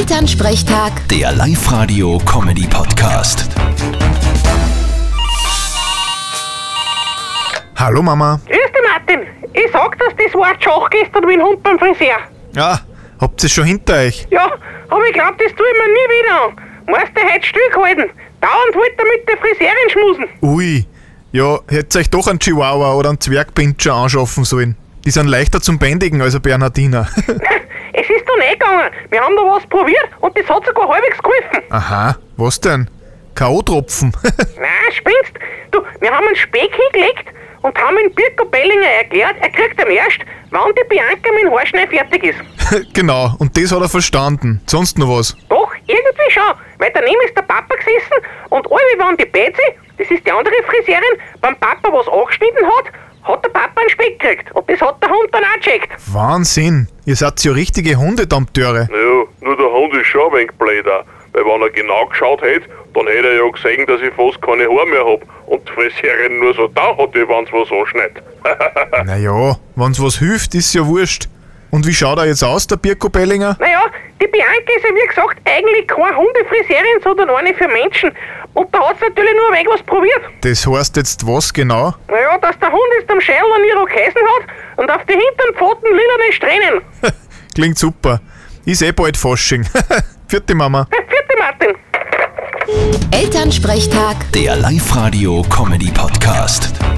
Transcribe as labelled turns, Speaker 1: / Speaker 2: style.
Speaker 1: Elternsprechtag,
Speaker 2: Der Live-Radio-Comedy-Podcast.
Speaker 3: Hallo Mama.
Speaker 4: Grüß dich, Martin. Ich sag, dass das Wort Schach gestern wie ein Hund beim Friseur.
Speaker 3: Ja, habt ihr schon hinter euch?
Speaker 4: Ja, aber ich glaub, das tue ich mir nie wieder an. Meinst du, heute stillgehalten? Dauernd wollte er mit der Friseurin schmusen.
Speaker 3: Ui, ja, hättet ihr euch doch einen Chihuahua oder einen Zwergpinscher anschaffen sollen. Die sind leichter zum Bändigen als ein Bernhardiner.
Speaker 4: Es ist doch nicht gegangen. Wir haben da was probiert und das hat sogar halbwegs geholfen.
Speaker 3: Aha, was denn? K.O.-Tropfen.
Speaker 4: Nein, spinnst. Du, wir haben einen Speck hingelegt und haben ihn Birko Bellinger erklärt, er kriegt am erst, wann die Bianca mit dem Haarschneid fertig ist.
Speaker 3: genau, und das hat er verstanden. Sonst noch was?
Speaker 4: Doch, irgendwie schon, weil daneben ist der Papa gesessen und alle waren die Betsy, das ist die andere Friseurin, beim Papa was angeschnitten hat, hat der Papa einen Speck gekriegt und das hat der Hund dann auch gecheckt.
Speaker 3: Wahnsinn, ihr seid ja richtige Hundedampteure.
Speaker 5: Naja, nur der Hund ist schon ein wenig bläder, weil wenn er genau geschaut hätte, dann hätte er ja gesehen, dass ich fast keine Haare mehr hab und die Friseurin nur so da hat, wie wenn's was anschneit.
Speaker 3: Naja, wenn's was hilft, ist ja wurscht. Und wie schaut er jetzt aus, der Birko Bellinger?
Speaker 4: Naja, die Bianca ist ja wie gesagt eigentlich keine Hundefriseurin, sondern eine für Menschen und da hat's natürlich nur ein wenig was probiert.
Speaker 3: Das heißt jetzt was genau?
Speaker 4: Naja, dass der Hund jetzt am Schädel einen Irokesen hat und auf die hinteren Pfoten lilane Strähnen.
Speaker 3: Klingt super. Ist eh bald Fasching. Vierte Mama.
Speaker 4: Vierte Martin.
Speaker 1: Elternsprechtag.
Speaker 2: Der Live-Radio-Comedy-Podcast.